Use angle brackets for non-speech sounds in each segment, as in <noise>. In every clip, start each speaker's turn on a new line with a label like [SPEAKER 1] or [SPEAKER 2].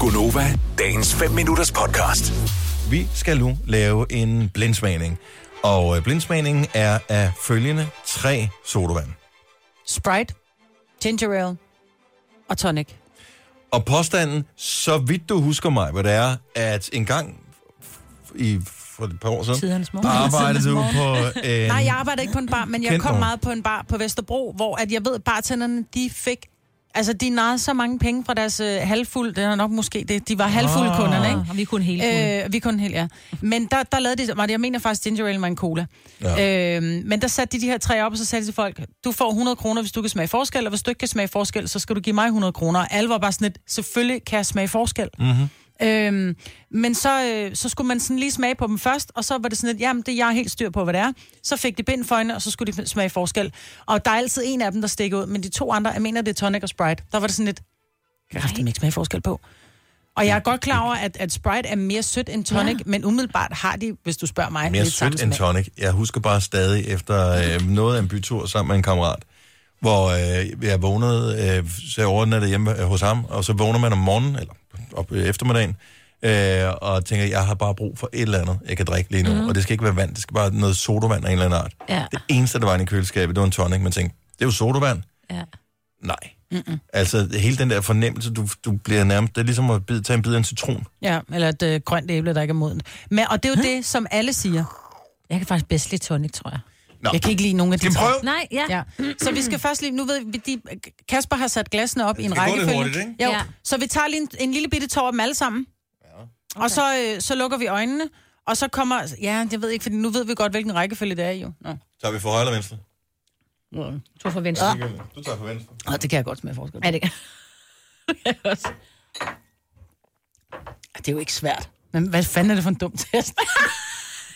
[SPEAKER 1] Gunova, dagens 5 minutters podcast.
[SPEAKER 2] Vi skal nu lave en blindsmagning. Og øh, blindsmagningen er af følgende tre sodavand.
[SPEAKER 3] Sprite, ginger ale og tonic.
[SPEAKER 2] Og påstanden, så vidt du husker mig, hvad det er, at en gang f- i for et par år siden,
[SPEAKER 3] Tidernes morgen.
[SPEAKER 2] arbejdede du på en...
[SPEAKER 3] Nej, jeg arbejder ikke på en bar, men jeg
[SPEAKER 2] Kendt
[SPEAKER 3] kom
[SPEAKER 2] nogen.
[SPEAKER 3] meget på en bar på Vesterbro, hvor at jeg ved, at bartenderne, de fik... Altså, de narrede så mange penge fra deres øh, halvfuld... Det er nok måske det. De var halvfulde
[SPEAKER 2] Ah.
[SPEAKER 3] kunderne, ikke?
[SPEAKER 4] Og vi kunne hele øh,
[SPEAKER 3] Øh, vi kunne helt, ja. Men der, der lavede de, var det- jeg mener faktisk ginger ale med en cola. Ja. Øh, men der satte de de her tre op, og så sagde de til folk, du får 100 kroner, hvis du kan smage forskel, og hvis du ikke kan smage forskel, så skal du give mig 100 kroner. Og alle var bare sådan lidt, selvfølgelig kan jeg smage forskel. Mm-hmm. Øhm, men så, øh, så skulle man sådan lige smage på dem først, og så var det sådan lidt, jamen det er jeg helt styr på, hvad det er. Så fik de bind for øjnene, og så skulle de smage forskel. Og der er altid en af dem, der stikker ud, men de to andre, jeg mener det er tonic og sprite, der var det sådan lidt, kraftigt ikke smage forskel på. Og jeg er godt klar over, at, at Sprite er mere sødt end tonic, ja. men umiddelbart har de, hvis du spørger mig,
[SPEAKER 2] Mere
[SPEAKER 3] lidt samme
[SPEAKER 2] sødt end
[SPEAKER 3] smag.
[SPEAKER 2] tonic. Jeg husker bare stadig efter øh, noget af en bytur sammen med en kammerat, hvor øh, jeg vågnede, øh, så jeg overnattede hjemme øh, hos ham, og så vågner man om morgenen, eller op øh, eftermiddagen, øh, og tænker, jeg har bare brug for et eller andet, jeg kan drikke lige nu. Mm. Og det skal ikke være vand, det skal bare noget sodavand af en eller anden art.
[SPEAKER 4] Mhm. Ja.
[SPEAKER 2] Det eneste, der var inde i køleskabet, det var en tonic. Man tænkte, det er jo sodavand.
[SPEAKER 4] ja.
[SPEAKER 2] Nej. Mm-mm. Altså hele den der fornemmelse, du, du bliver nærmest, det er ligesom at bide, tage en bid af en citron.
[SPEAKER 3] Ja, eller et øh, grønt æble, der ikke er modent. Men, og det er jo det, som alle siger.
[SPEAKER 4] Jeg kan faktisk bedst lide tonic, tror jeg.
[SPEAKER 2] Nå.
[SPEAKER 3] Jeg kan ikke lide nogen af de
[SPEAKER 2] Skal vi
[SPEAKER 3] tre.
[SPEAKER 2] prøve?
[SPEAKER 4] Nej, ja.
[SPEAKER 3] Ja. Så vi skal først lige... Nu ved vi, de, Kasper har sat glassene op i en
[SPEAKER 2] skal gå lidt
[SPEAKER 3] rækkefølge.
[SPEAKER 2] hurtigt, ikke?
[SPEAKER 3] Jo, ja.
[SPEAKER 4] Ja.
[SPEAKER 3] Så vi tager lige en, en lille bitte tår af dem alle sammen. Ja. Okay. Og så, øh, så lukker vi øjnene, og så kommer... Ja, jeg ved ikke, for nu ved vi godt, hvilken rækkefølge det er i, jo. Nå.
[SPEAKER 2] Tager vi for højre eller venstre?
[SPEAKER 4] Du får venstre. Ja.
[SPEAKER 2] Du tager for venstre.
[SPEAKER 3] Og det kan jeg godt smage forskel.
[SPEAKER 4] Er det <laughs> også.
[SPEAKER 3] Det er jo ikke svært. Men hvad fanden er det for en dum <laughs> test?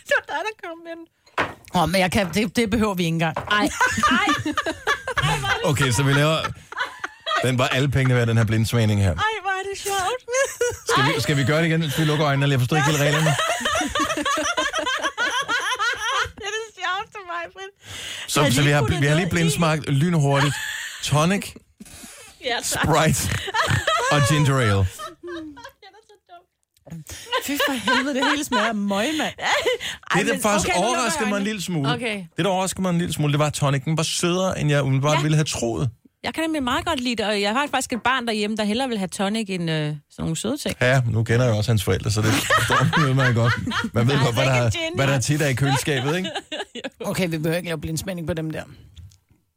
[SPEAKER 4] det var dig, der kom med den.
[SPEAKER 3] Åh, oh, men jeg kan, det, det behøver vi ikke engang.
[SPEAKER 4] Ej, <laughs> ej,
[SPEAKER 2] Okay, så vi laver... Den var alle pengene værd, den her blindsmagning her.
[SPEAKER 4] ej, hvor er det sjovt.
[SPEAKER 2] Skal vi, skal vi gøre det igen, hvis vi lukker øjnene? eller Jeg forstår ikke helt reglerne.
[SPEAKER 4] <laughs> det er det sjoveste, mig, Britt.
[SPEAKER 2] Så, så vi, har, vi har lige blindsmagt lynhurtigt. Tonic,
[SPEAKER 4] Ja, tak.
[SPEAKER 2] Sprite og ginger ale.
[SPEAKER 3] <laughs> Fy for helvede, det hele smager af møg, mand.
[SPEAKER 2] Det, der faktisk okay, overraskede mig en lille smule,
[SPEAKER 4] Okay.
[SPEAKER 2] det, der overraskede mig en lille smule, det var, at tonicen var sødere, end jeg umiddelbart ja.
[SPEAKER 4] Ja.
[SPEAKER 2] ville have troet.
[SPEAKER 4] Jeg kan nemlig meget godt lide det, og jeg har faktisk et barn derhjemme, der hellere vil have tonic end øh, sådan nogle søde ting.
[SPEAKER 2] Ja, nu kender jeg også hans forældre, så det forstår man meget godt. Man ved godt, hvad der,
[SPEAKER 4] ikke
[SPEAKER 2] er-
[SPEAKER 4] gin,
[SPEAKER 2] hvad der er
[SPEAKER 4] mand.
[SPEAKER 2] tit er i køleskabet, ikke?
[SPEAKER 3] Okay, vi behøver ikke lave blindspænding på dem der.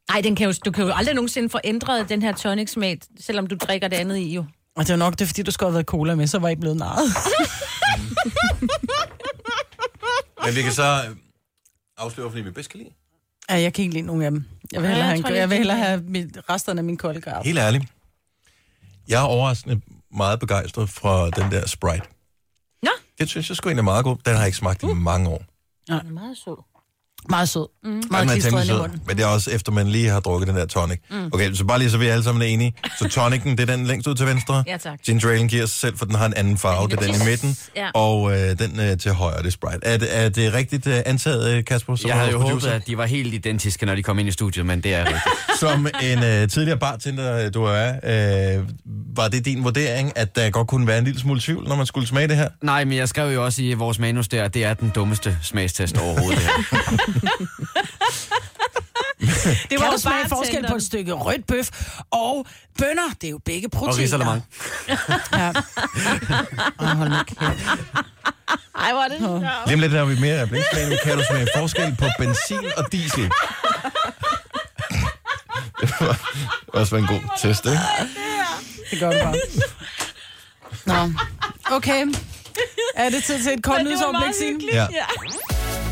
[SPEAKER 4] Ej, den kan jo, du kan jo aldrig nogensinde få ændret den her tonic-smag, selvom du drikker det andet i jo.
[SPEAKER 3] Og det var nok, det er, fordi du skulle have været cola med, så var I blevet narret.
[SPEAKER 2] Men vi kan så øh, afsløre, fordi vi bedst kan lide.
[SPEAKER 3] Ja, jeg kan ikke lide nogen af dem. Jeg vil hellere
[SPEAKER 4] Ja,
[SPEAKER 3] have,
[SPEAKER 4] jeg
[SPEAKER 3] en,
[SPEAKER 4] tror,
[SPEAKER 3] jeg
[SPEAKER 4] jeg
[SPEAKER 3] vil
[SPEAKER 4] kan
[SPEAKER 3] hellere
[SPEAKER 4] lide
[SPEAKER 3] have mit, resterne af min kolde garv.
[SPEAKER 2] Helt ærligt. Jeg er overraskende meget begejstret for den der Sprite.
[SPEAKER 4] Nå.
[SPEAKER 2] Det synes jeg sgu egentlig er meget god. Den har jeg ikke smagt
[SPEAKER 3] Mm.
[SPEAKER 2] i mange år.
[SPEAKER 4] Den er meget sød.
[SPEAKER 3] Meget sød. Mm. Meget
[SPEAKER 2] Den er
[SPEAKER 3] klistret
[SPEAKER 2] temmelig
[SPEAKER 3] ind i
[SPEAKER 2] sød,
[SPEAKER 3] munden.
[SPEAKER 2] men det er også efter, man lige har drukket den der tonic. Mm. Okay, så bare lige så vi alle sammen er enige. Så tonicen, det er den længst ud til venstre.
[SPEAKER 4] Ja, tak.
[SPEAKER 2] Ginger ale giver sig selv, for den har en anden farve. Det er den i
[SPEAKER 4] Yes.
[SPEAKER 2] midten,
[SPEAKER 4] Ja.
[SPEAKER 2] og øh, den øh, til højre, det er Sprite. Er, det- er det rigtigt øh, antaget, øh, Kasper? som
[SPEAKER 5] Jeg havde
[SPEAKER 2] vores
[SPEAKER 5] jo
[SPEAKER 2] producer?
[SPEAKER 5] håbet, at de var helt identiske, når de kom ind i studiet, men det er rigtigt.
[SPEAKER 2] Som en øh, tidligere bartender, øh, du er, øh, var det din vurdering, at der godt kunne være en lille smule tvivl, når man skulle smage det her?
[SPEAKER 5] <laughs> Nej, men jeg skrev jo også i vores manus der, at det er den dummeste smagstest overhovedet. <laughs> Det her.
[SPEAKER 3] Det kan
[SPEAKER 4] var jo
[SPEAKER 3] du smage
[SPEAKER 4] bartenderen.
[SPEAKER 3] forskel på et stykke rødt bøf og bønner? Det er jo begge proteiner.
[SPEAKER 5] Og risalemang.
[SPEAKER 3] Ja. Oh, hold nu kæft.
[SPEAKER 4] Ej, hvor er det sjovt.
[SPEAKER 2] Lige om lidt har vi mere af blinksmagen. Kan du smage forskel på benzin og diesel? det var også en god test, ikke?
[SPEAKER 3] Det gør det bare. Nå, okay. Er det tid til et kort nyhedsoverblik, Signe?
[SPEAKER 2] Ja.